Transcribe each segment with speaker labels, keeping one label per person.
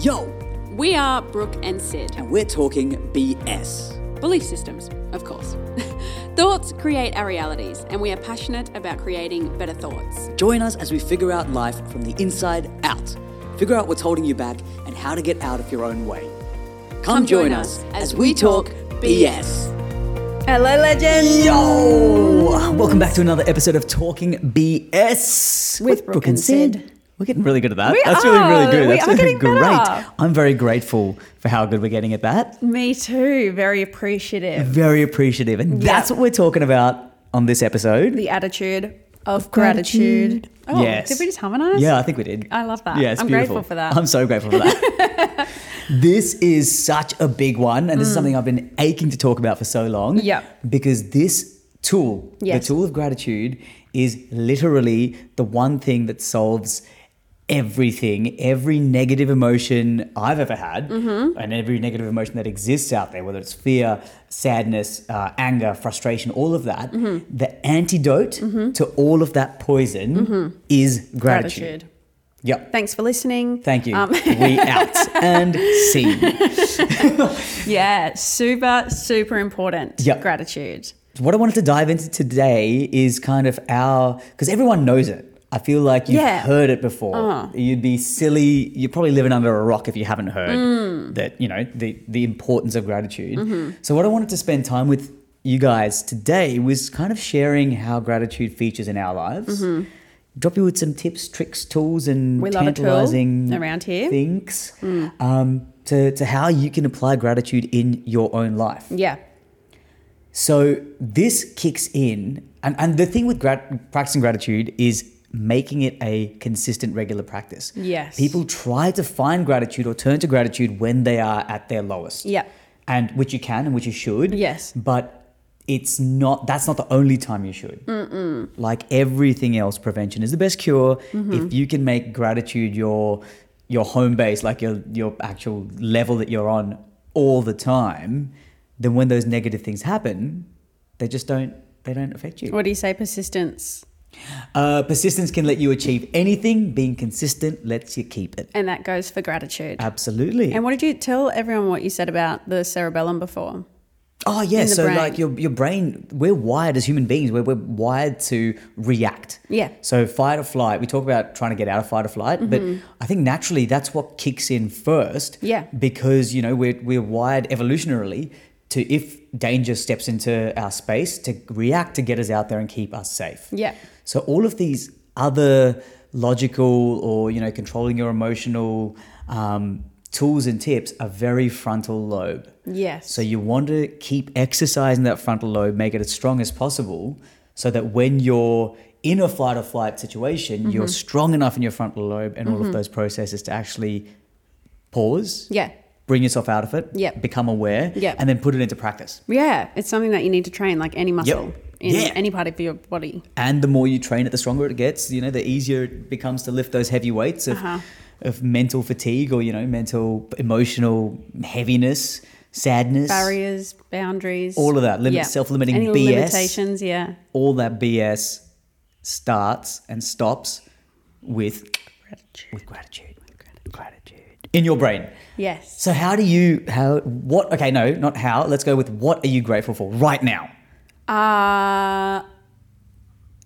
Speaker 1: Yo,
Speaker 2: We are Brooke and Sid.
Speaker 1: and we're talking BS.
Speaker 2: Belief systems, of course. thoughts create our realities, and we are passionate about creating better thoughts.
Speaker 1: Join us as we figure out life from the inside out. Figure out what's holding you back and how to get out of your own way. Come, join, us as, we talk BS.
Speaker 3: Hello, legend.
Speaker 1: Yo! Welcome back to another episode of Talking BS
Speaker 3: With Brooke and Sid.
Speaker 1: We're getting really good at that.
Speaker 3: We
Speaker 1: That's
Speaker 3: are.
Speaker 1: really, really good.
Speaker 3: We
Speaker 1: That's
Speaker 3: are
Speaker 1: really
Speaker 3: getting
Speaker 1: great.
Speaker 3: better.
Speaker 1: I'm very grateful for how good we're getting at that.
Speaker 3: Me too. Very appreciative.
Speaker 1: Very appreciative. And that's what we're talking about on this episode.
Speaker 3: The attitude of gratitude. Oh,
Speaker 1: yes.
Speaker 3: did we just harmonize?
Speaker 1: Yeah, I think we did.
Speaker 3: I love that.
Speaker 1: Yeah, it's
Speaker 3: I'm
Speaker 1: beautiful.
Speaker 3: grateful for that.
Speaker 1: I'm so grateful for that. this is such a big one, and this is something I've been aching to talk about for so long.
Speaker 3: Mm. Yep.
Speaker 1: Because this tool,
Speaker 3: Yes.
Speaker 1: the tool of gratitude, is literally the one thing that solves everything, every negative emotion I've ever had,
Speaker 3: Mm-hmm.
Speaker 1: and every negative emotion that exists out there, whether it's fear, sadness, uh, anger, frustration, all of that.
Speaker 3: Mm-hmm.
Speaker 1: The antidote to all of that poison is gratitude.
Speaker 3: Mm-hmm. Gratitude. Um,
Speaker 1: Yep.
Speaker 3: Thanks for listening.
Speaker 1: Thank you. we out and see.
Speaker 3: yeah, super, super important.
Speaker 1: Yep.
Speaker 3: Gratitude.
Speaker 1: What I wanted to dive into today is kind of our because everyone knows it. I feel like you've
Speaker 3: Yeah. Uh-huh.
Speaker 1: heard it before. You'd be silly. You're probably living under a rock if you haven't heard
Speaker 3: Hmm.
Speaker 1: that. You know the the importance of gratitude.
Speaker 3: Mm-hmm.
Speaker 1: So what I wanted to spend time with you guys today was kind of sharing how gratitude features in our lives. Drop you with some tips, tricks, tools, and
Speaker 3: Mm-hmm. We love a tool
Speaker 1: tantalizing
Speaker 3: around here. Hmm.
Speaker 1: things um, to to how you can apply gratitude in your own life.
Speaker 3: Yeah.
Speaker 1: So this kicks in, and, and the thing with grat- practicing gratitude is making it a consistent, regular practice.
Speaker 3: Yes.
Speaker 1: People try to find gratitude or turn to gratitude when they are at their lowest.
Speaker 3: Yeah.
Speaker 1: And which you can and which you should.
Speaker 3: Yes.
Speaker 1: But it's not, that's not the only time you should. Like everything else, prevention is the best cure. If you can make gratitude your your home base, like your your actual level that you're on all the time, then when those negative things happen, they just don't they don't affect you.
Speaker 3: What do you say? Persistence.
Speaker 1: Uh, persistence can let you achieve anything. Being consistent lets you keep it.
Speaker 3: And that goes for gratitude.
Speaker 1: Absolutely.
Speaker 3: And what did you tell everyone what you said about the cerebellum before?
Speaker 1: Oh yeah,
Speaker 3: in the
Speaker 1: so
Speaker 3: brain.
Speaker 1: like your your brain, we're wired as human beings. We're, we're wired to react.
Speaker 3: Yeah.
Speaker 1: So fight or flight. We talk about trying to get out of fight or flight, but I think naturally that's what kicks in first.
Speaker 3: Mm-hmm. Yeah.
Speaker 1: Because you know we're we're wired evolutionarily to if danger steps into our space to react to get us out there and keep us safe.
Speaker 3: Yeah.
Speaker 1: So all of these other logical or you know controlling your emotional um, tools and tips are very frontal lobe.
Speaker 3: Yes.
Speaker 1: So you want to keep exercising that frontal lobe, make it as strong as possible, so that when you're in a flight or flight situation,
Speaker 3: Mm-hmm.
Speaker 1: you're strong enough in your frontal lobe and all of those processes to actually pause,
Speaker 3: yeah.
Speaker 1: bring yourself out of it,
Speaker 3: Yeah.
Speaker 1: become aware,
Speaker 3: Yeah.
Speaker 1: and then put it into practice.
Speaker 3: Yeah. It's something that you need to train like any muscle in
Speaker 1: Yeah.
Speaker 3: any part of your body.
Speaker 1: And the more you train it, the stronger it gets. You know, the easier it becomes to lift those heavy weights of,
Speaker 3: Uh-huh.
Speaker 1: of mental fatigue or you know mental emotional heaviness, sadness,
Speaker 3: barriers, boundaries,
Speaker 1: All of that. Limit- self-limiting
Speaker 3: Any
Speaker 1: BS.
Speaker 3: limitations. Yeah,
Speaker 1: all that BS starts and stops with gratitude. With gratitude. Gratitude. In your brain.
Speaker 3: yes.
Speaker 1: So how do you how what okay, no, not how. Let's go with what are you grateful for right now?
Speaker 3: Uh,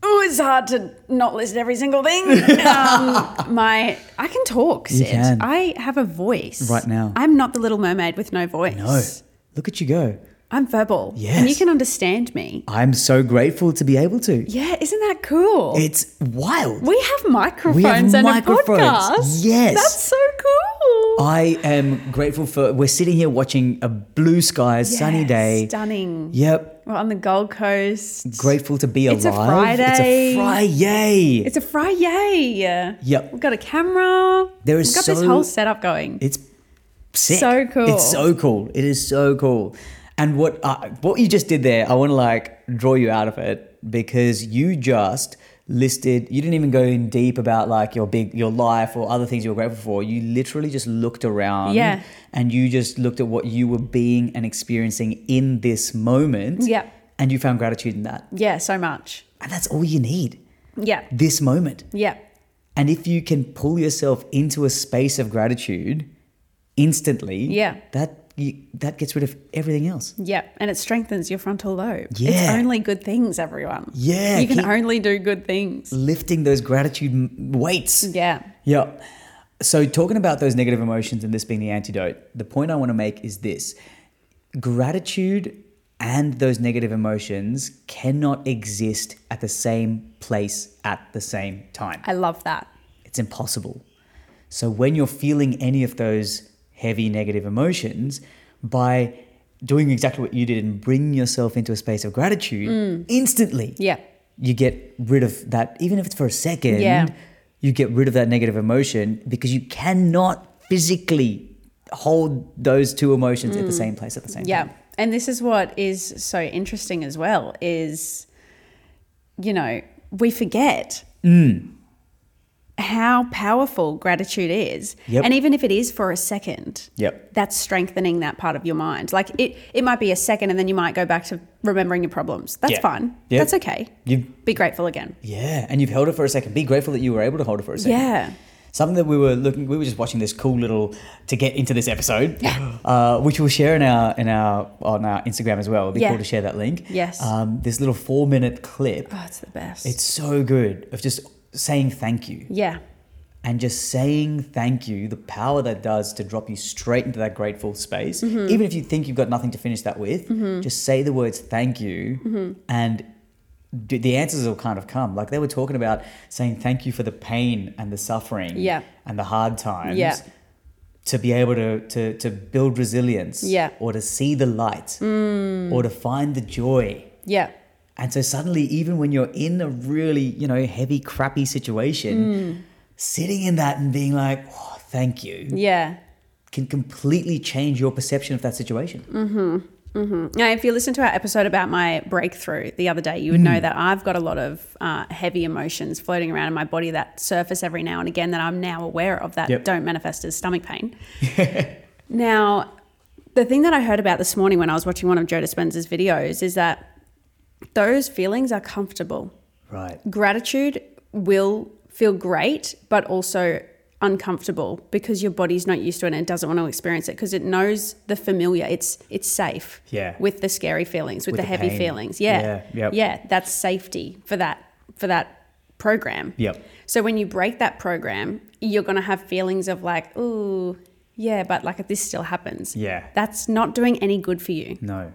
Speaker 3: oh, it's hard to not list every single thing. um, my, I can talk. Sid.
Speaker 1: can.
Speaker 3: I have a voice
Speaker 1: Right now.
Speaker 3: I'm not the Little Mermaid with no voice.
Speaker 1: No. Look at you go.
Speaker 3: I'm verbal.
Speaker 1: Yes.
Speaker 3: and you can understand me.
Speaker 1: I'm so grateful to be able to.
Speaker 3: Yeah, isn't that cool?
Speaker 1: It's wild.
Speaker 3: we have microphones and
Speaker 1: microphones.
Speaker 3: a podcast.
Speaker 1: Yes.
Speaker 3: that's so cool.
Speaker 1: I am grateful for we're sitting here watching a blue sky, sunny
Speaker 3: Yeah,
Speaker 1: day.
Speaker 3: stunning.
Speaker 1: Yep.
Speaker 3: We're on the Gold Coast.
Speaker 1: Grateful to be alive.
Speaker 3: It's a
Speaker 1: It's a
Speaker 3: Friday.
Speaker 1: Friday.
Speaker 3: It's a fry, yay!
Speaker 1: Yep.
Speaker 3: We've got a camera.
Speaker 1: There is
Speaker 3: We've got this
Speaker 1: so-
Speaker 3: whole setup going.
Speaker 1: It's sick.
Speaker 3: So cool.
Speaker 1: It's so cool. It is so cool. And what I, what you just did there, I want to like draw you out of it because you just listed. You didn't even go in deep about like your big your life or other things you were grateful for. You literally just looked around.
Speaker 3: Yeah.
Speaker 1: And you just looked at what you were being and experiencing in this moment.
Speaker 3: Yep.
Speaker 1: And you found gratitude in that.
Speaker 3: yeah, so much.
Speaker 1: And that's all you need.
Speaker 3: Yeah,
Speaker 1: This moment.
Speaker 3: yeah,
Speaker 1: And if you can pull yourself into a space of gratitude, instantly,
Speaker 3: Yeah.
Speaker 1: that you, that gets rid of everything else.
Speaker 3: Yep, and it strengthens your frontal lobe. It's
Speaker 1: Yeah.
Speaker 3: only good things, everyone.
Speaker 1: Yeah,
Speaker 3: You can
Speaker 1: keep-
Speaker 3: only do good things.
Speaker 1: Lifting those gratitude m- weights.
Speaker 3: Yeah.
Speaker 1: Yeah. So, talking about those negative emotions and this being the antidote, the point I want to make is this gratitude and those negative emotions cannot exist at the same place at the same time.
Speaker 3: I love that.
Speaker 1: It's impossible. So, when you're feeling any of those heavy negative emotions, by doing exactly what you did and bringing yourself into a space of gratitude instantly,
Speaker 3: Mm. Yeah.
Speaker 1: you get rid of that, even if it's for a second,
Speaker 3: Yeah.
Speaker 1: you get rid of that negative emotion because you cannot physically hold those two emotions at the same place at the same
Speaker 3: Mm. Yeah.
Speaker 1: time.
Speaker 3: And this is what is so interesting as well is you know, we forget
Speaker 1: Mm.
Speaker 3: how powerful gratitude is.
Speaker 1: Yep.
Speaker 3: And even if it is for a second,
Speaker 1: Yep.
Speaker 3: that's strengthening that part of your mind. Like it it might be a second and then you might go back to remembering your problems. That's
Speaker 1: Yeah.
Speaker 3: fine.
Speaker 1: Yeah.
Speaker 3: That's okay.
Speaker 1: You
Speaker 3: Be grateful again.
Speaker 1: yeah, and you've held it for a second. Be grateful that you were able to hold it for a second.
Speaker 3: Yeah.
Speaker 1: Something that we were looking, we were just watching this cool little to get into this episode, uh, which we'll share in our in our on our Instagram as well. It'd be
Speaker 3: Yeah.
Speaker 1: cool to share that link.
Speaker 3: Yes.
Speaker 1: Um, this little four minute clip.
Speaker 3: Oh, it's the best.
Speaker 1: It's so good of just saying thank you.
Speaker 3: yeah.
Speaker 1: and just saying thank you, the power that does to drop you straight into that grateful space,
Speaker 3: Mm-hmm.
Speaker 1: even if you think you've got nothing to finish that with, just say the words thank you
Speaker 3: Mm-hmm.
Speaker 1: and d- the answers will kind of come. Like they were talking about saying thank you for the pain and the suffering
Speaker 3: Yeah.
Speaker 1: and the hard times
Speaker 3: Yeah.
Speaker 1: to be able to, to, to build resilience
Speaker 3: Yeah. Mm.
Speaker 1: or to see the light or to find the joy.
Speaker 3: Yeah.
Speaker 1: And so suddenly, even when you're in a really, you know, heavy, crappy
Speaker 3: Hmm.
Speaker 1: situation, sitting in that and being like, oh, thank you,
Speaker 3: Yeah.
Speaker 1: can completely change your perception of that situation.
Speaker 3: Mm. Now, if you listen to our episode about my breakthrough the other day, you would know that I've got a lot of uh, heavy emotions floating around in my body that surface every now and again that I'm now aware of that
Speaker 1: Yep.
Speaker 3: don't manifest as stomach pain. now, the thing that I heard about this morning when I was watching one of Joe Dispenza's videos is that those feelings are comfortable.
Speaker 1: Right.
Speaker 3: Gratitude will feel great, but also uncomfortable because your body's not used to it and it doesn't want to experience it because it knows the familiar. It's it's safe.
Speaker 1: Yeah.
Speaker 3: With the scary feelings, with,
Speaker 1: With
Speaker 3: the,
Speaker 1: the
Speaker 3: heavy
Speaker 1: pain.
Speaker 3: feelings. Yeah.
Speaker 1: Yeah, yep.
Speaker 3: Yeah. That's safety for that for that program.
Speaker 1: Yep.
Speaker 3: So when you break that program, you're gonna have feelings of like, ooh, yeah, but like this still happens.
Speaker 1: Yeah.
Speaker 3: That's not doing any good for you
Speaker 1: No.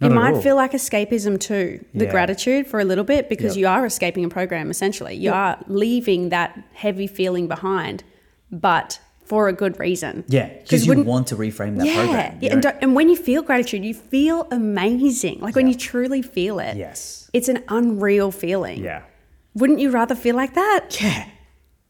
Speaker 3: you
Speaker 1: Not at
Speaker 3: might
Speaker 1: all.
Speaker 3: feel like escapism too, the
Speaker 1: Yeah.
Speaker 3: gratitude for a little bit, because
Speaker 1: Yep.
Speaker 3: you are escaping a program essentially. You are leaving that heavy feeling behind, but for a good reason.
Speaker 1: Yeah, because you
Speaker 3: wouldn't-
Speaker 1: want to reframe that
Speaker 3: yeah.
Speaker 1: program. You
Speaker 3: yeah,
Speaker 1: don't-
Speaker 3: and, don't, and when you feel gratitude, you feel amazing. Like when you truly feel it,
Speaker 1: Yes.
Speaker 3: it's an unreal feeling.
Speaker 1: Yeah.
Speaker 3: Wouldn't you rather feel like that?
Speaker 1: Yeah.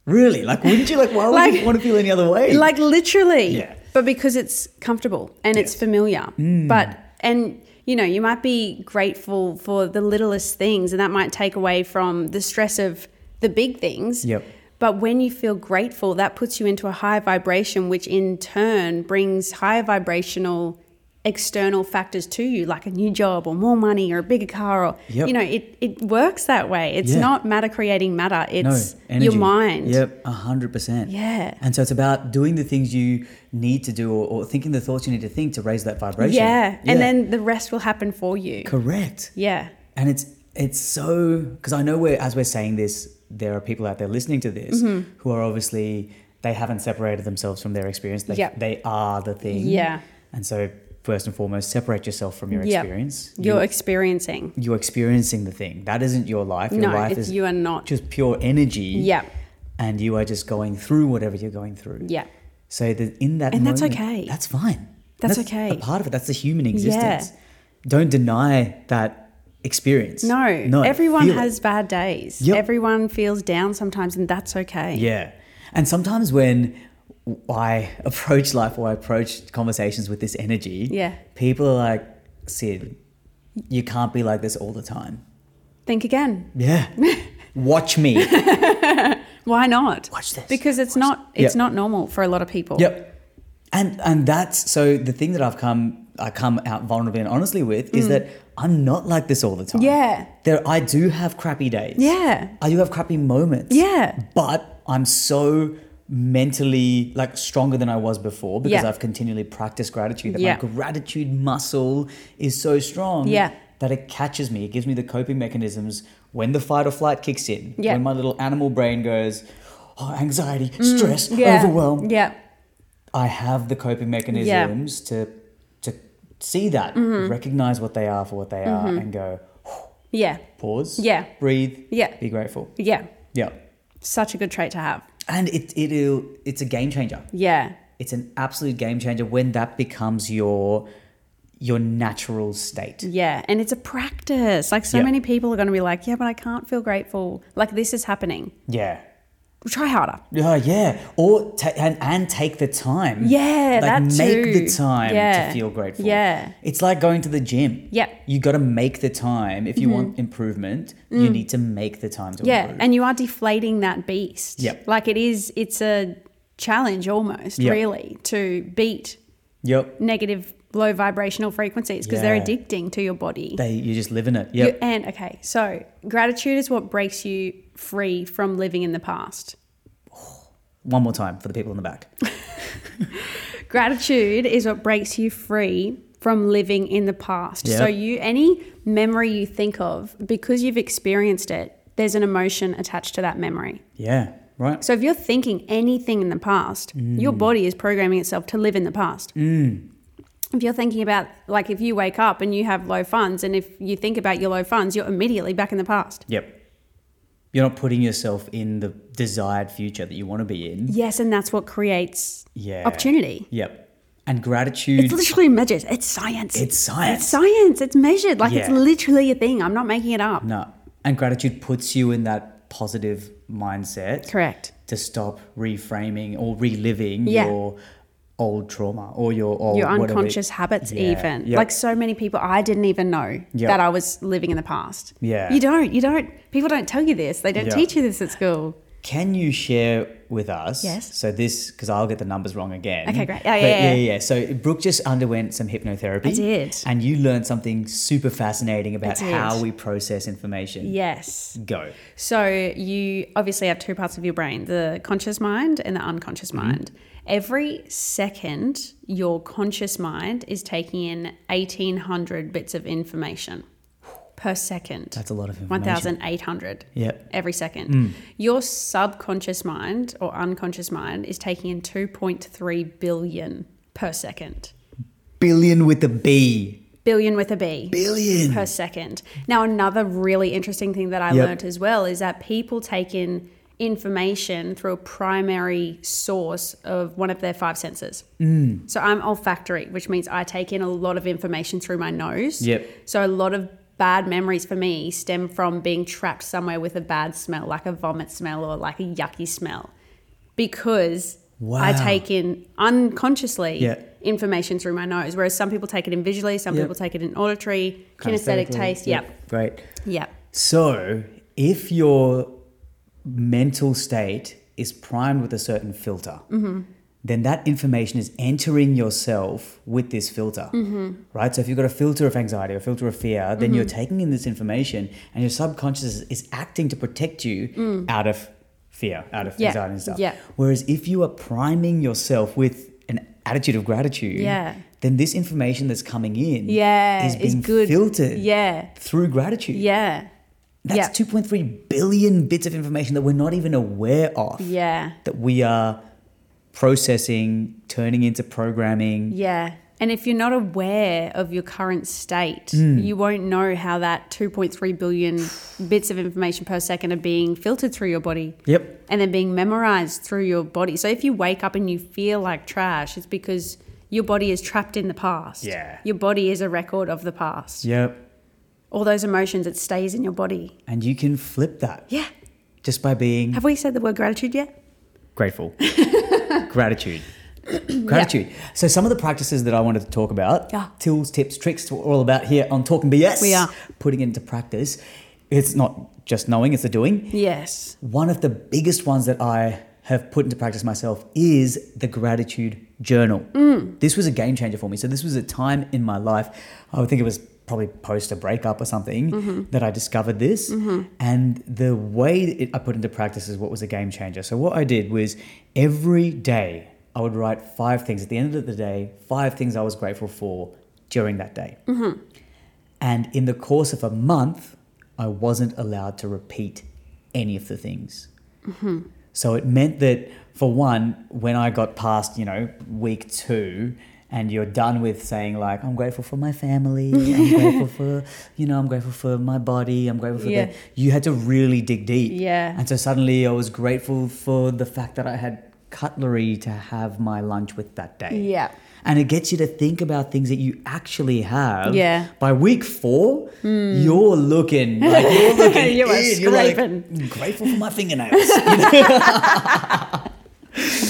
Speaker 1: Really? Like, wouldn't you? Like, why would
Speaker 3: Like-
Speaker 1: you want to feel any other way?
Speaker 3: Like literally.
Speaker 1: Yeah. Mm.
Speaker 3: But because it's comfortable and it's
Speaker 1: Yes.
Speaker 3: familiar. But and you know, you might be grateful for the littlest things and that might take away from the stress of the big things.
Speaker 1: Yep.
Speaker 3: But when you feel grateful, that puts you into a higher vibration, which in turn brings higher vibrational external factors to you, like a new job or more money or a bigger car or
Speaker 1: Yep.
Speaker 3: you know, it, it works that way. It's
Speaker 1: Yeah.
Speaker 3: not matter creating matter.
Speaker 1: No,
Speaker 3: It's your
Speaker 1: energy.
Speaker 3: mind.
Speaker 1: Yep, a hundred percent.
Speaker 3: Yeah.
Speaker 1: And so it's about doing the things you need to do, or, or thinking the thoughts you need to think to raise that vibration.
Speaker 3: Yeah. And then the rest will happen for you.
Speaker 1: correct.
Speaker 3: Yeah.
Speaker 1: And it's it's so because I know we're as we're saying this, there are people out there listening to this
Speaker 3: Mm-hmm.
Speaker 1: who are obviously they haven't separated themselves from their experience. They
Speaker 3: Yep.
Speaker 1: they are the thing.
Speaker 3: Yeah.
Speaker 1: And so first and foremost, separate yourself from your
Speaker 3: Yeah.
Speaker 1: experience.
Speaker 3: You're
Speaker 1: You-
Speaker 3: experiencing.
Speaker 1: you're experiencing the thing. That isn't your life. Your
Speaker 3: No,
Speaker 1: life
Speaker 3: it's,
Speaker 1: is
Speaker 3: you are not.
Speaker 1: just pure energy.
Speaker 3: Yeah.
Speaker 1: And you are just going through whatever you're going through.
Speaker 3: Yeah.
Speaker 1: So that in that
Speaker 3: And that's
Speaker 1: moment-
Speaker 3: okay.
Speaker 1: That's fine.
Speaker 3: That's
Speaker 1: A
Speaker 3: okay.
Speaker 1: part of it. That's the human existence. Don't deny that experience.
Speaker 3: No, everyone
Speaker 1: feel it.
Speaker 3: has bad days.
Speaker 1: Yep.
Speaker 3: Everyone feels down sometimes, and that's okay.
Speaker 1: Yeah. And sometimes when I approach life or I approach conversations with this energy,
Speaker 3: Yeah.
Speaker 1: people are like, Sid, you can't be like this all the time.
Speaker 3: Think again.
Speaker 1: Yeah. Watch me.
Speaker 3: Why not?
Speaker 1: Watch this.
Speaker 3: Because it's not
Speaker 1: this.
Speaker 3: it's
Speaker 1: Yep.
Speaker 3: not normal for a lot of people.
Speaker 1: Yep. And and that's so the thing that I've come I come out vulnerably and honestly with is that I'm not like this all the time.
Speaker 3: Mm. Yeah.
Speaker 1: There I do have crappy days.
Speaker 3: Yeah.
Speaker 1: I do have crappy moments.
Speaker 3: Yeah.
Speaker 1: But I'm so mentally like stronger than I was before because
Speaker 3: Yeah.
Speaker 1: I've continually practiced gratitude. That
Speaker 3: Yeah.
Speaker 1: my gratitude muscle is so strong
Speaker 3: Yeah.
Speaker 1: that it catches me. It gives me the coping mechanisms when the fight or flight kicks in.
Speaker 3: Yeah.
Speaker 1: When my little animal brain goes, oh, anxiety, stress,
Speaker 3: Mm, Yeah.
Speaker 1: overwhelm.
Speaker 3: Yeah.
Speaker 1: I have the coping mechanisms to to see that,
Speaker 3: Mm-hmm.
Speaker 1: recognize what they are for what they are, and go
Speaker 3: Yeah.
Speaker 1: pause,
Speaker 3: Yeah.
Speaker 1: breathe,
Speaker 3: Yeah.
Speaker 1: be grateful,
Speaker 3: Yeah.
Speaker 1: yeah.
Speaker 3: Such a good trait to have.
Speaker 1: And it it it's a game changer.
Speaker 3: Yeah.
Speaker 1: It's an absolute game changer when that becomes your your natural state.
Speaker 3: Yeah. And it's a practice. Like so
Speaker 1: Yeah.
Speaker 3: many people are going to be like, yeah, but I can't feel grateful. Like this is happening.
Speaker 1: Yeah.
Speaker 3: Try harder.
Speaker 1: Yeah, yeah. Or ta- and and take the time.
Speaker 3: Yeah,
Speaker 1: like
Speaker 3: that
Speaker 1: make the
Speaker 3: too.
Speaker 1: time
Speaker 3: Yeah.
Speaker 1: to feel grateful.
Speaker 3: Yeah.
Speaker 1: it's like going to the gym.
Speaker 3: Yeah. Mm-hmm.
Speaker 1: you got to make the time if you want improvement. You need to make the time to
Speaker 3: Mm. Yeah.
Speaker 1: improve.
Speaker 3: And you are deflating that beast.
Speaker 1: Yep.
Speaker 3: Like it is, it's a challenge almost,
Speaker 1: Yep.
Speaker 3: really, to beat
Speaker 1: yep,
Speaker 3: negative low vibrational frequencies because they're
Speaker 1: Yeah.
Speaker 3: addicting to your body.
Speaker 1: they you just live in it.
Speaker 3: You-
Speaker 1: Yep,
Speaker 3: and okay, so gratitude is what breaks you free from living in the past.
Speaker 1: one more time for the people in the back.
Speaker 3: Gratitude is what breaks you free from living in the past.
Speaker 1: Yeah.
Speaker 3: So you any memory you think of because you've experienced it, there's an emotion attached to that memory.
Speaker 1: Yeah, right.
Speaker 3: So if you're thinking anything in the past,
Speaker 1: Mm.
Speaker 3: your body is programming itself to live in the past. If you're thinking about like if you wake up and you have low funds and if you think about your low funds, you're immediately back in the past.
Speaker 1: Yep, you're not putting yourself in the desired future that you want to be in.
Speaker 3: Yes, and that's what creates
Speaker 1: Yeah,
Speaker 3: opportunity.
Speaker 1: Yep, and gratitude.
Speaker 3: It's literally measured. It's science.
Speaker 1: It's science.
Speaker 3: It's science. It's measured. Like it's
Speaker 1: Yeah.
Speaker 3: literally a thing. I'm not making it up.
Speaker 1: No. And gratitude puts you in that positive mindset.
Speaker 3: Correct.
Speaker 1: To stop reframing or reliving
Speaker 3: Yeah.
Speaker 1: your old trauma or your old
Speaker 3: Your
Speaker 1: whatever-
Speaker 3: unconscious habits,
Speaker 1: Yeah.
Speaker 3: even
Speaker 1: Yep.
Speaker 3: like so many people, I didn't even know
Speaker 1: Yep.
Speaker 3: that I was living in the past.
Speaker 1: Yeah.
Speaker 3: you don't. You don't. People don't tell you this. They don't
Speaker 1: Yeah.
Speaker 3: teach you this at school.
Speaker 1: Can you share with us?
Speaker 3: Yes.
Speaker 1: So this, because I'll get the numbers wrong again.
Speaker 3: Okay, great. Oh,
Speaker 1: But
Speaker 3: yeah, yeah.
Speaker 1: yeah, yeah. So Brooke just underwent some hypnotherapy.
Speaker 3: I did.
Speaker 1: And you learned something super fascinating about
Speaker 3: did.
Speaker 1: how we process information.
Speaker 3: Yes.
Speaker 1: Go.
Speaker 3: So you obviously have two parts of your brain: the conscious mind and the unconscious
Speaker 1: Mm-hmm.
Speaker 3: mind. Every second, your conscious mind is taking in eighteen hundred bits of information per second.
Speaker 1: That's a lot of information.
Speaker 3: One thousand eight hundred.
Speaker 1: Yep.
Speaker 3: Every second. Your subconscious mind or unconscious mind is taking in two point three billion per second.
Speaker 1: Billion with a B.
Speaker 3: Billion with a B
Speaker 1: Billion.
Speaker 3: per second. Now, another really interesting thing that I
Speaker 1: Yep.
Speaker 3: learnt as well is that people take in information through a primary source of one of their five senses. Mm. So I'm olfactory, which means I take in a lot of information through my nose.
Speaker 1: Yep.
Speaker 3: So a lot of bad memories for me stem from being trapped somewhere with a bad smell, like a vomit smell or like a yucky smell, because I
Speaker 1: Wow.
Speaker 3: take in unconsciously
Speaker 1: Yeah.
Speaker 3: information through my nose, whereas some people take it in visually, some
Speaker 1: Yep.
Speaker 3: people take it in auditory, kinesthetic taste. Yep.
Speaker 1: Great.
Speaker 3: Yep.
Speaker 1: So, if your mental state is primed with a certain filter,
Speaker 3: Mm-hmm.
Speaker 1: then that information is entering yourself with this filter,
Speaker 3: Mm-hmm.
Speaker 1: right? So, if you've got a filter of anxiety or a filter of fear, then you're taking in this information and your subconscious is, is acting to protect you out of fear, out of
Speaker 3: Mm. Yeah,
Speaker 1: anxiety and stuff.
Speaker 3: yeah.
Speaker 1: Whereas, if you are priming yourself with an attitude of gratitude,
Speaker 3: Yeah.
Speaker 1: then this information that's coming in
Speaker 3: Yeah.
Speaker 1: is
Speaker 3: it's
Speaker 1: being
Speaker 3: good.
Speaker 1: filtered
Speaker 3: Yeah.
Speaker 1: through gratitude.
Speaker 3: Yeah.
Speaker 1: That's 2.3 billion bits of information that we're not even aware of
Speaker 3: Yeah.
Speaker 1: that we are processing, turning into programming.
Speaker 3: Yeah. And if you're not aware of your current state,
Speaker 1: Hmm.
Speaker 3: you won't know how that 2.3 billion bits of information per second are being filtered through your body
Speaker 1: Yep.
Speaker 3: and then being memorized through your body. So if you wake up and you feel like trash, it's because your body is trapped in the past.
Speaker 1: Yeah.
Speaker 3: Your body is a record of the past.
Speaker 1: Yep.
Speaker 3: All those emotions, it stays in your body.
Speaker 1: And you can flip that
Speaker 3: Yeah.
Speaker 1: just by being
Speaker 3: Have we said the word gratitude yet?
Speaker 1: grateful. Gratitude. Gratitude. So, some of the practices that I wanted to talk about,
Speaker 3: Yeah.
Speaker 1: tools, tips, tricks, we're all about here on Talking BS.
Speaker 3: We are.
Speaker 1: Putting it into practice. It's not just knowing, it's the doing.
Speaker 3: Yes.
Speaker 1: One of the biggest ones that I have put into practice myself is the gratitude journal. This was a game changer for me. So, this was a time in my life, I would think it was probably post a breakup or something that I discovered this. And the way it, I put into practice is what was a game changer. So what I did was every day I would write five things at the end of the day, five things I was grateful for during that day. And in the course of a month, I wasn't allowed to repeat any of the things.
Speaker 3: Mm-hmm.
Speaker 1: So it meant that, for one, when I got past, you know, week two, and you're done with saying like, "I'm grateful for my family. I'm grateful for, you know, I'm grateful for my body. I'm grateful for
Speaker 3: Yeah.
Speaker 1: that." You had to really dig deep.
Speaker 3: Yeah.
Speaker 1: And so suddenly, I was grateful for the fact that I had cutlery to have my lunch with that day.
Speaker 3: Yeah.
Speaker 1: And it gets you to think about things that you actually have.
Speaker 3: Yeah. Hmm.
Speaker 1: By week four, you're looking like you're looking.
Speaker 3: You are
Speaker 1: in, you're like,
Speaker 3: scraping.
Speaker 1: "I'm grateful for my fingernails.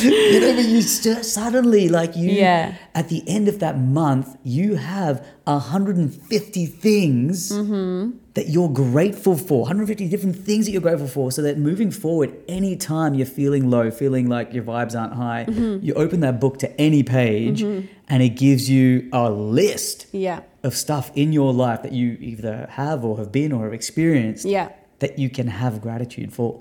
Speaker 1: You know, You know, but you st- suddenly like you.
Speaker 3: Yeah.
Speaker 1: At the end of that month, you have 150 things
Speaker 3: Mm-hmm.
Speaker 1: that you're grateful for. 150 different things that you're grateful for. So that moving forward, anytime you're feeling low, feeling like your vibes aren't high, you open that book to any page, and it gives you a list
Speaker 3: Yeah.
Speaker 1: of stuff in your life that you either have or have been or have experienced
Speaker 3: Yeah.
Speaker 1: that you can have gratitude for.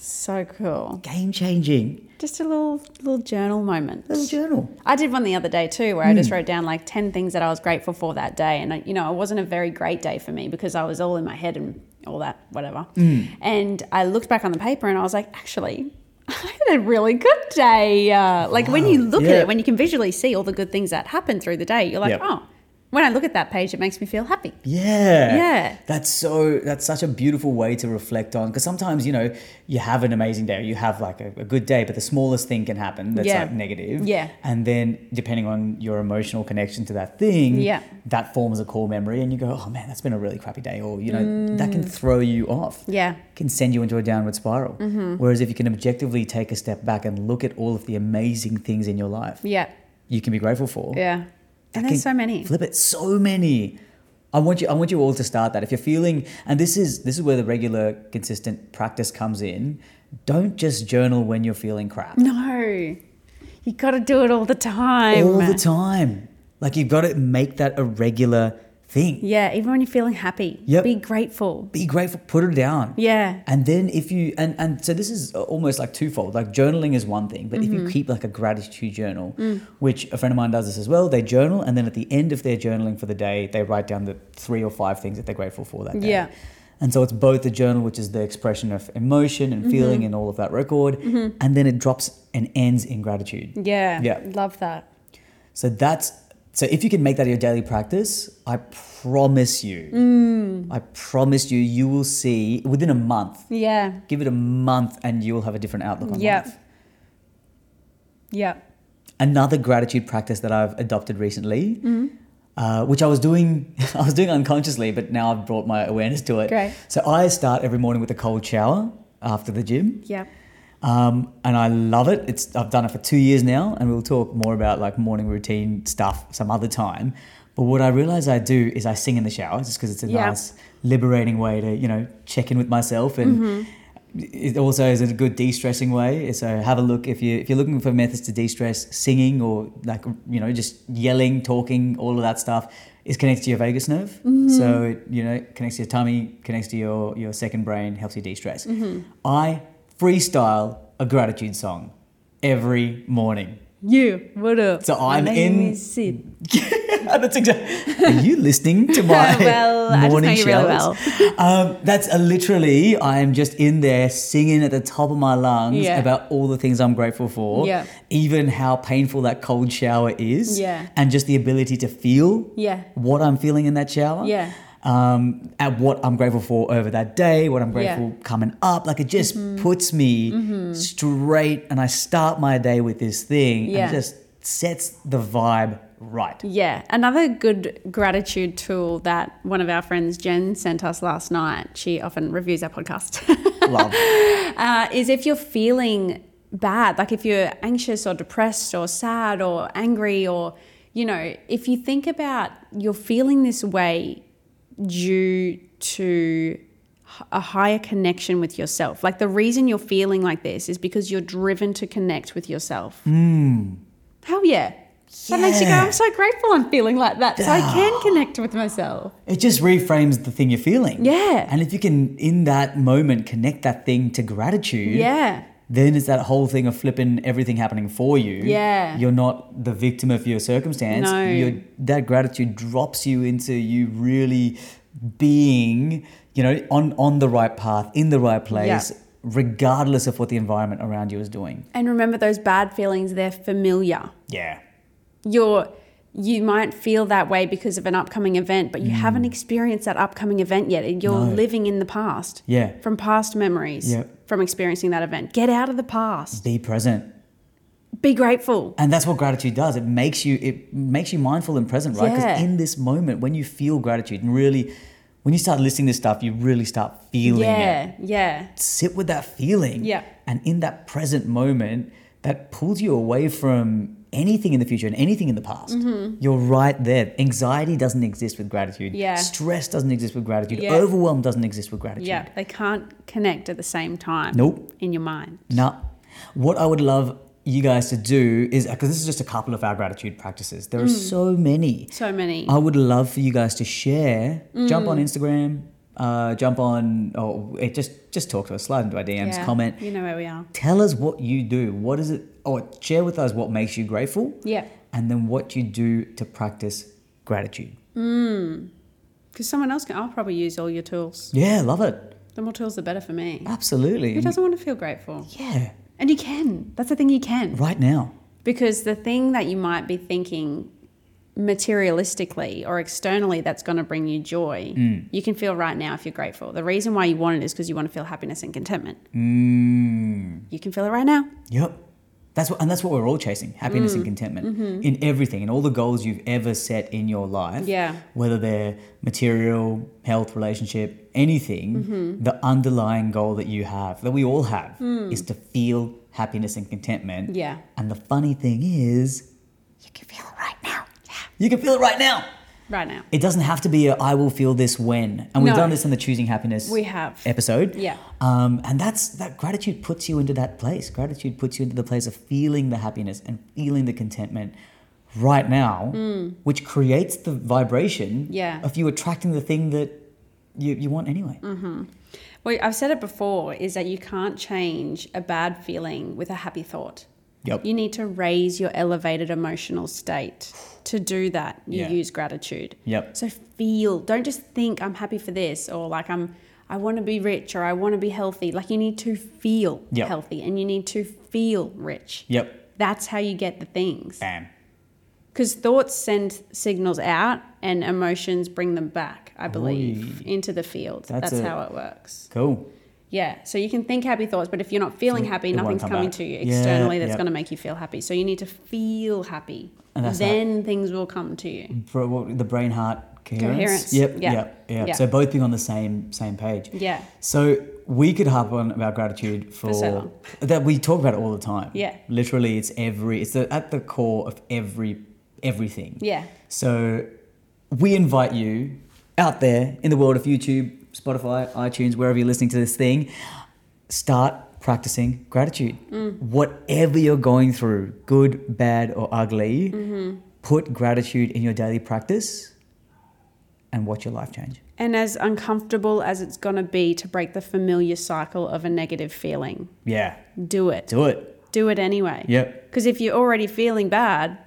Speaker 3: So cool.
Speaker 1: Game changing.
Speaker 3: Just a little little journal moment.
Speaker 1: Little Hmm. journal.
Speaker 3: I did one the other day too, where I just wrote down like 10 things that I was grateful for that day. And, I- you know, it wasn't a very great day for me because I was all in my head and all that, whatever.
Speaker 1: Hmm.
Speaker 3: And I looked back on the paper and I was like, actually, I had a really good day. Uh, like when you
Speaker 1: Wow.
Speaker 3: look at
Speaker 1: Yeah.
Speaker 3: it, when you can visually see all the good things that happen through the day, you're like,
Speaker 1: Yep.
Speaker 3: oh, when I look at that page, it makes me feel happy.
Speaker 1: Yeah.
Speaker 3: Yeah.
Speaker 1: That's so that's such a beautiful way to reflect on because sometimes, you know, you have an amazing day, or you have like a, a good day, but the smallest thing can happen that's
Speaker 3: Yeah.
Speaker 1: like negative.
Speaker 3: Yeah.
Speaker 1: And then depending on your emotional connection to that thing,
Speaker 3: Yeah.
Speaker 1: that forms a core memory and you go, Oh man, that's been a really crappy day or you know,
Speaker 3: Mm.
Speaker 1: that can throw you off.
Speaker 3: Yeah.
Speaker 1: Can send you into a downward spiral.
Speaker 3: Mm-hmm.
Speaker 1: Whereas if you can objectively take a step back and look at all of the amazing things in your life
Speaker 3: Yeah.
Speaker 1: you can be grateful for,
Speaker 3: Yeah. And
Speaker 1: I
Speaker 3: there's
Speaker 1: can
Speaker 3: so many.
Speaker 1: Flip it, so many. I want you. I want you all to start that. If you're feeling, and this is this is where the regular, consistent practice comes in. Don't just journal when you're feeling crap
Speaker 3: No, you got to do it all the time.
Speaker 1: all the time. Like you've got to make that a regular thing.
Speaker 3: Yeah. Even when you're feeling happy,
Speaker 1: Yep.
Speaker 3: be grateful.
Speaker 1: Be grateful. Put it down.
Speaker 3: Yeah.
Speaker 1: And then if you and and so this is almost like twofold. Like journaling is one thing, but if you keep like a gratitude journal, which a friend of mine does this as well, they journal and then at the end of their journaling for the day, they write down the three or five things that they're grateful for that day.
Speaker 3: Yeah.
Speaker 1: And so it's both the journal, which is the expression of emotion and feeling and all of that record, and then it drops and ends in gratitude.
Speaker 3: Yeah.
Speaker 1: Yeah.
Speaker 3: Love that.
Speaker 1: So that's so if you can make that your daily practice, I promise you, I promise you, you will see within a month
Speaker 3: Yeah.
Speaker 1: Give it a month and you'll have a different outlook on
Speaker 3: Yep.
Speaker 1: life.
Speaker 3: Yep.
Speaker 1: Another gratitude practice that I've adopted recently,
Speaker 3: Mm-hmm.
Speaker 1: uh, which I was doing, I was doing unconsciously, but now I've brought my awareness to it.
Speaker 3: Great.
Speaker 1: So I start every morning with a cold shower after the gym,
Speaker 3: Yep.
Speaker 1: um, and I love it. It's I've done it for two years now, and we'll talk more about like morning routine stuff some other time. But what I realize I do is I sing in the shower, just because it's a
Speaker 3: Yeah.
Speaker 1: nice, liberating way to you know check in with myself and.
Speaker 3: Mm-hmm.
Speaker 1: it also is a good de-stressing way. So have a look if you if you're looking for methods to de-stress, singing or like you know just yelling, talking, all of that stuff is connected to your vagus nerve. So it, you know connects to your tummy, connects to your your second brain, helps you de-stress. I freestyle a gratitude song every morning.
Speaker 3: You. What up?
Speaker 1: So I'm
Speaker 3: My
Speaker 1: in-
Speaker 3: name is Sid.
Speaker 1: that's exactly. Are you listening to my
Speaker 3: Well, I just know
Speaker 1: morning
Speaker 3: you really
Speaker 1: showers? Um, that's uh, literally. I am just in there singing at the top of my lungs
Speaker 3: Yeah.
Speaker 1: about all the things I'm grateful for.
Speaker 3: Yeah.
Speaker 1: Even how painful that cold shower is.
Speaker 3: Yeah.
Speaker 1: And just the ability to feel.
Speaker 3: Yeah.
Speaker 1: What I'm feeling in that shower.
Speaker 3: Yeah.
Speaker 1: Um, at what I'm grateful for over that day, what I'm
Speaker 3: Yeah. Mm-hmm.
Speaker 1: grateful coming up. Like it just puts me straight, and I start my day with this thing,
Speaker 3: Yeah.
Speaker 1: and it just sets the vibe right.
Speaker 3: Yeah. Another good gratitude tool that one of our friends, Jen, sent us last night. She often reviews our podcast.
Speaker 1: Love.
Speaker 3: uh, is if you're feeling bad, like if you're anxious or depressed or sad or angry, or, you know, if you think about you're feeling this way due to h- a higher connection with yourself. Like the reason you're feeling like this is because you're driven to connect with yourself. Hell yeah. That makes you go,
Speaker 1: Yeah.
Speaker 3: I'm so grateful I'm feeling like that. So I can connect with myself.
Speaker 1: It just reframes the thing you're feeling.
Speaker 3: Yeah.
Speaker 1: And if you can, in that moment, connect that thing to gratitude,
Speaker 3: Yeah.
Speaker 1: then it's that whole thing of flipping everything happening for you.
Speaker 3: Yeah.
Speaker 1: You're not the victim of your circumstance.
Speaker 3: No.
Speaker 1: You're, that gratitude drops you into you really being, you know, on, on the right path, in the right place, regardless of what the environment around you is doing.
Speaker 3: And remember those bad feelings, they're familiar.
Speaker 1: Yeah.
Speaker 3: You're you might feel that way because of an upcoming event, but you haven't experienced that upcoming event yet. You're
Speaker 1: Mm. No.
Speaker 3: living in the past.
Speaker 1: Yeah.
Speaker 3: From past memories.
Speaker 1: Yep.
Speaker 3: From experiencing that event. Get out of the past.
Speaker 1: Be present.
Speaker 3: Be grateful.
Speaker 1: And that's what gratitude does. It makes you it makes you mindful and present, right? Because
Speaker 3: Yeah.
Speaker 1: in this moment, when you feel gratitude and really, when you start listening to stuff, you really start feeling it.
Speaker 3: Yeah. Yeah.
Speaker 1: Sit with that feeling,
Speaker 3: Yeah.
Speaker 1: And in that present moment, that pulls you away from anything in the future and anything in the past.
Speaker 3: Mm-hmm.
Speaker 1: You're right there. Anxiety doesn't exist with gratitude.
Speaker 3: Yeah.
Speaker 1: Stress doesn't exist with gratitude.
Speaker 3: Yeah.
Speaker 1: Overwhelm doesn't exist with gratitude.
Speaker 3: Yeah. They can't connect at the same time.
Speaker 1: Nope.
Speaker 3: In your mind.
Speaker 1: No. What I would love you guys to do is because this is just a couple of our gratitude practices. There are
Speaker 3: Mm.
Speaker 1: so many.
Speaker 3: So many.
Speaker 1: I would love for you guys to share. Jump
Speaker 3: Mm.
Speaker 1: on Instagram. Uh, jump on or it just just talk to us. Slide into our DMs.
Speaker 3: Yeah.
Speaker 1: Comment.
Speaker 3: You know where we are.
Speaker 1: Tell us what you do. What is it? Or share with us what makes you grateful.
Speaker 3: Yeah.
Speaker 1: And then what you do to practice gratitude.
Speaker 3: Because someone else can, I'll probably use all your tools.
Speaker 1: Yeah, love it.
Speaker 3: The more tools, the better for me.
Speaker 1: Absolutely.
Speaker 3: Who doesn't want to feel grateful?
Speaker 1: Oh, yeah,
Speaker 3: And you can. That's the thing you can.
Speaker 1: right now.
Speaker 3: Because the thing that you might be thinking materialistically or externally that's going to bring you joy, you can feel right now if you're grateful. The reason why you want it is because you want to feel happiness and contentment.
Speaker 1: Mm.
Speaker 3: You can feel it right now.
Speaker 1: Yep. That's what, and that's what we're all chasing: happiness
Speaker 3: Mm.
Speaker 1: and contentment
Speaker 3: Mm-hmm.
Speaker 1: in everything, in all the goals you've ever set in your life.
Speaker 3: Yeah.
Speaker 1: Whether they're material, health, relationship, anything,
Speaker 3: Mm-hmm.
Speaker 1: the underlying goal that you have, that we all have, is to feel happiness and contentment.
Speaker 3: Mm. Yeah.
Speaker 1: And the funny thing is,
Speaker 3: You can feel it right now. Yeah.
Speaker 1: you can feel it right now.
Speaker 3: Right now.
Speaker 1: It doesn't have to be a I will feel this when. And we've
Speaker 3: No.
Speaker 1: done this in the choosing happiness
Speaker 3: We have.
Speaker 1: episode.
Speaker 3: Yeah.
Speaker 1: Um, and that's that gratitude puts you into that place. Gratitude puts you into the place of feeling the happiness and feeling the contentment right now, which creates the vibration
Speaker 3: Hmm. Yeah. Mm-hmm.
Speaker 1: of you attracting the thing that you, you want anyway.
Speaker 3: Well, I've said it before is that you can't change a bad feeling with a happy thought.
Speaker 1: Yep.
Speaker 3: You need to raise your elevated emotional state. To do that, you
Speaker 1: Yeah.
Speaker 3: use gratitude.
Speaker 1: Yep.
Speaker 3: So feel, don't just think I'm happy for this or like I'm I want to be rich or I want to be healthy. Like you need to feel
Speaker 1: Yep.
Speaker 3: healthy and you need to feel rich.
Speaker 1: Yep.
Speaker 3: That's how you get the things.
Speaker 1: Bam.
Speaker 3: Cuz thoughts send signals out and emotions bring them back, I believe, into the field.
Speaker 1: That's
Speaker 3: That's,
Speaker 1: it.
Speaker 3: how it works.
Speaker 1: Cool.
Speaker 3: Yeah, so you can think happy thoughts, but if you're not feeling happy,
Speaker 1: it won't
Speaker 3: nothing's
Speaker 1: come
Speaker 3: coming
Speaker 1: back.
Speaker 3: to you
Speaker 1: Yeah,
Speaker 3: externally that's
Speaker 1: yeah.
Speaker 3: going to make you feel happy. So you need to feel happy.
Speaker 1: And that's Mm.
Speaker 3: then things will come to you.
Speaker 1: For what- the brain heart coherence.
Speaker 3: Coherence.
Speaker 1: Yep.
Speaker 3: Yeah.
Speaker 1: Yep. Yep.
Speaker 3: Yeah.
Speaker 1: So both being on the same same page.
Speaker 3: Yeah.
Speaker 1: So we could harp on about gratitude for,
Speaker 3: so long.
Speaker 1: that we talk about it all the time.
Speaker 3: Yeah.
Speaker 1: Literally, it's every it's the, at the core of every everything.
Speaker 3: Yeah.
Speaker 1: So we invite you out there in the world of YouTube, Spotify, iTunes, wherever you're listening to this thing, start practicing gratitude.
Speaker 3: Mm.
Speaker 1: Whatever you're going through, good, bad, or ugly,
Speaker 3: Mm-hmm.
Speaker 1: put gratitude in your daily practice and watch your life change.
Speaker 3: And as uncomfortable as it's going to be to break the familiar cycle of a negative feeling,
Speaker 1: Yeah.
Speaker 3: do it.
Speaker 1: Do it.
Speaker 3: Do it anyway.
Speaker 1: Yep.
Speaker 3: Because if you're already feeling bad,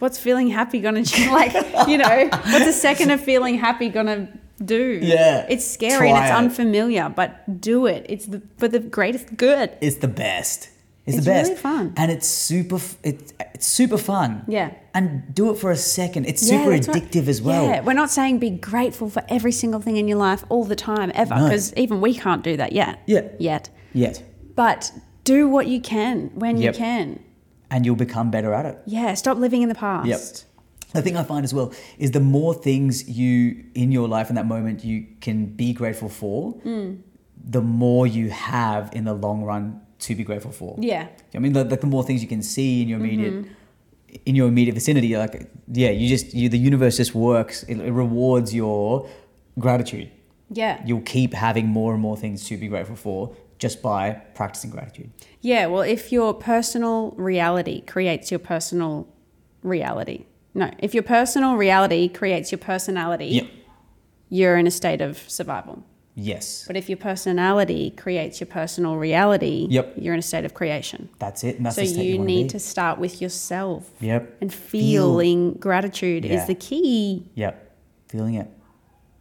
Speaker 3: what's feeling happy going to like, you know, what's a second of feeling happy going to do?
Speaker 1: Yeah.
Speaker 3: It's scary and
Speaker 1: Try
Speaker 3: it's
Speaker 1: it.
Speaker 3: unfamiliar, but do it. It's the, for the greatest good.
Speaker 1: It's the best. It's,
Speaker 3: It's
Speaker 1: the best.
Speaker 3: really fun.
Speaker 1: And it's super f- it, it's super fun.
Speaker 3: Yeah.
Speaker 1: And do it for a second. It's
Speaker 3: Yeah,
Speaker 1: super
Speaker 3: that's right.
Speaker 1: addictive as well.
Speaker 3: Yeah, we're not saying be grateful for every single thing in your life all the time ever,
Speaker 1: No.
Speaker 3: because even we can't do that yet.
Speaker 1: Yeah.
Speaker 3: Yet.
Speaker 1: Yet.
Speaker 3: But do what you can when
Speaker 1: Yep.
Speaker 3: you can.
Speaker 1: And you'll become better at it.
Speaker 3: Yeah, stop living in the past.
Speaker 1: The thing I find as well is the more things you in your life in that moment you can be grateful for,
Speaker 3: Hmm.
Speaker 1: the more you have in the long run to be grateful for.
Speaker 3: Yeah.
Speaker 1: I mean, like, like the more things you can see in your immediate,
Speaker 3: Mm-hmm.
Speaker 1: in your immediate vicinity, you're like yeah, you just you the universe just works. It, it rewards your gratitude.
Speaker 3: Yeah.
Speaker 1: You'll keep having more and more things to be grateful for just by practicing gratitude.
Speaker 3: Yeah, well, if your personal reality creates your personal reality. No, if your personal reality creates your personality,
Speaker 1: Yep.
Speaker 3: you're in a state of survival.
Speaker 1: Yes.
Speaker 3: But if your personality creates your personal reality,
Speaker 1: Yep.
Speaker 3: you're in a state of creation.
Speaker 1: That's it. And that's
Speaker 3: So
Speaker 1: the state you,
Speaker 3: you
Speaker 1: wanna
Speaker 3: need
Speaker 1: be.
Speaker 3: to start with yourself.
Speaker 1: Yep.
Speaker 3: And
Speaker 1: Feel.
Speaker 3: feeling gratitude
Speaker 1: Yeah.
Speaker 3: is the key.
Speaker 1: Yep. Feeling it.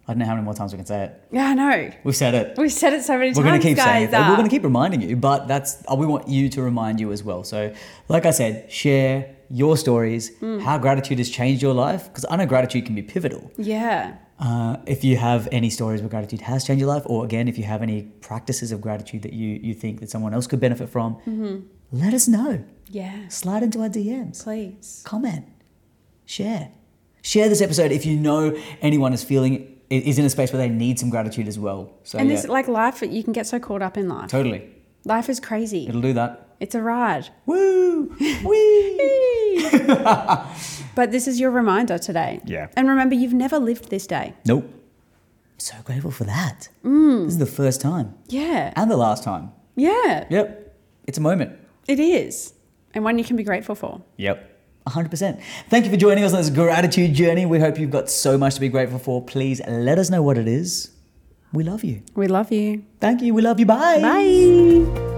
Speaker 1: I don't know how many more times we can say it.
Speaker 3: Yeah, I know.
Speaker 1: We've said it.
Speaker 3: We've said it so many
Speaker 1: We're
Speaker 3: times,
Speaker 1: going to keep
Speaker 3: guys.
Speaker 1: saying it. We're
Speaker 3: uh,
Speaker 1: going to keep reminding you, but that's uh, we want you to remind you as well. So, like I said, share your stories,
Speaker 3: Hmm.
Speaker 1: how gratitude has changed your life, because I know gratitude can be pivotal.
Speaker 3: yeah.
Speaker 1: Uh, if you have any stories where gratitude has changed your life, or again, if you have any practices of gratitude that you you think that someone else could benefit from,
Speaker 3: Mm-hmm.
Speaker 1: let us know.
Speaker 3: Yeah.
Speaker 1: Slide into our DMs
Speaker 3: Please.
Speaker 1: comment, share. Share this episode if you know anyone is feeling is in a space where they need some gratitude as well. So
Speaker 3: And
Speaker 1: Oh, yeah,
Speaker 3: this, like life, you can get so caught up in life.
Speaker 1: totally,
Speaker 3: Life is crazy.
Speaker 1: it'll do that.
Speaker 3: It's a ride.
Speaker 1: Woo, wee.
Speaker 3: But this is your reminder today.
Speaker 1: Yeah.
Speaker 3: And remember, you've never lived this day.
Speaker 1: nope. So grateful for that. This is the first time
Speaker 3: Yeah.
Speaker 1: and the last time.
Speaker 3: Yeah.
Speaker 1: Yep, it's a moment.
Speaker 3: It is. And one you can be grateful for.
Speaker 1: Yep. 100%. Thank you for joining us on this gratitude journey. We hope you've got so much to be grateful for. Please let us know what it is. We love you.
Speaker 3: We love you.
Speaker 1: Thank you. We love you. Bye.
Speaker 3: Bye.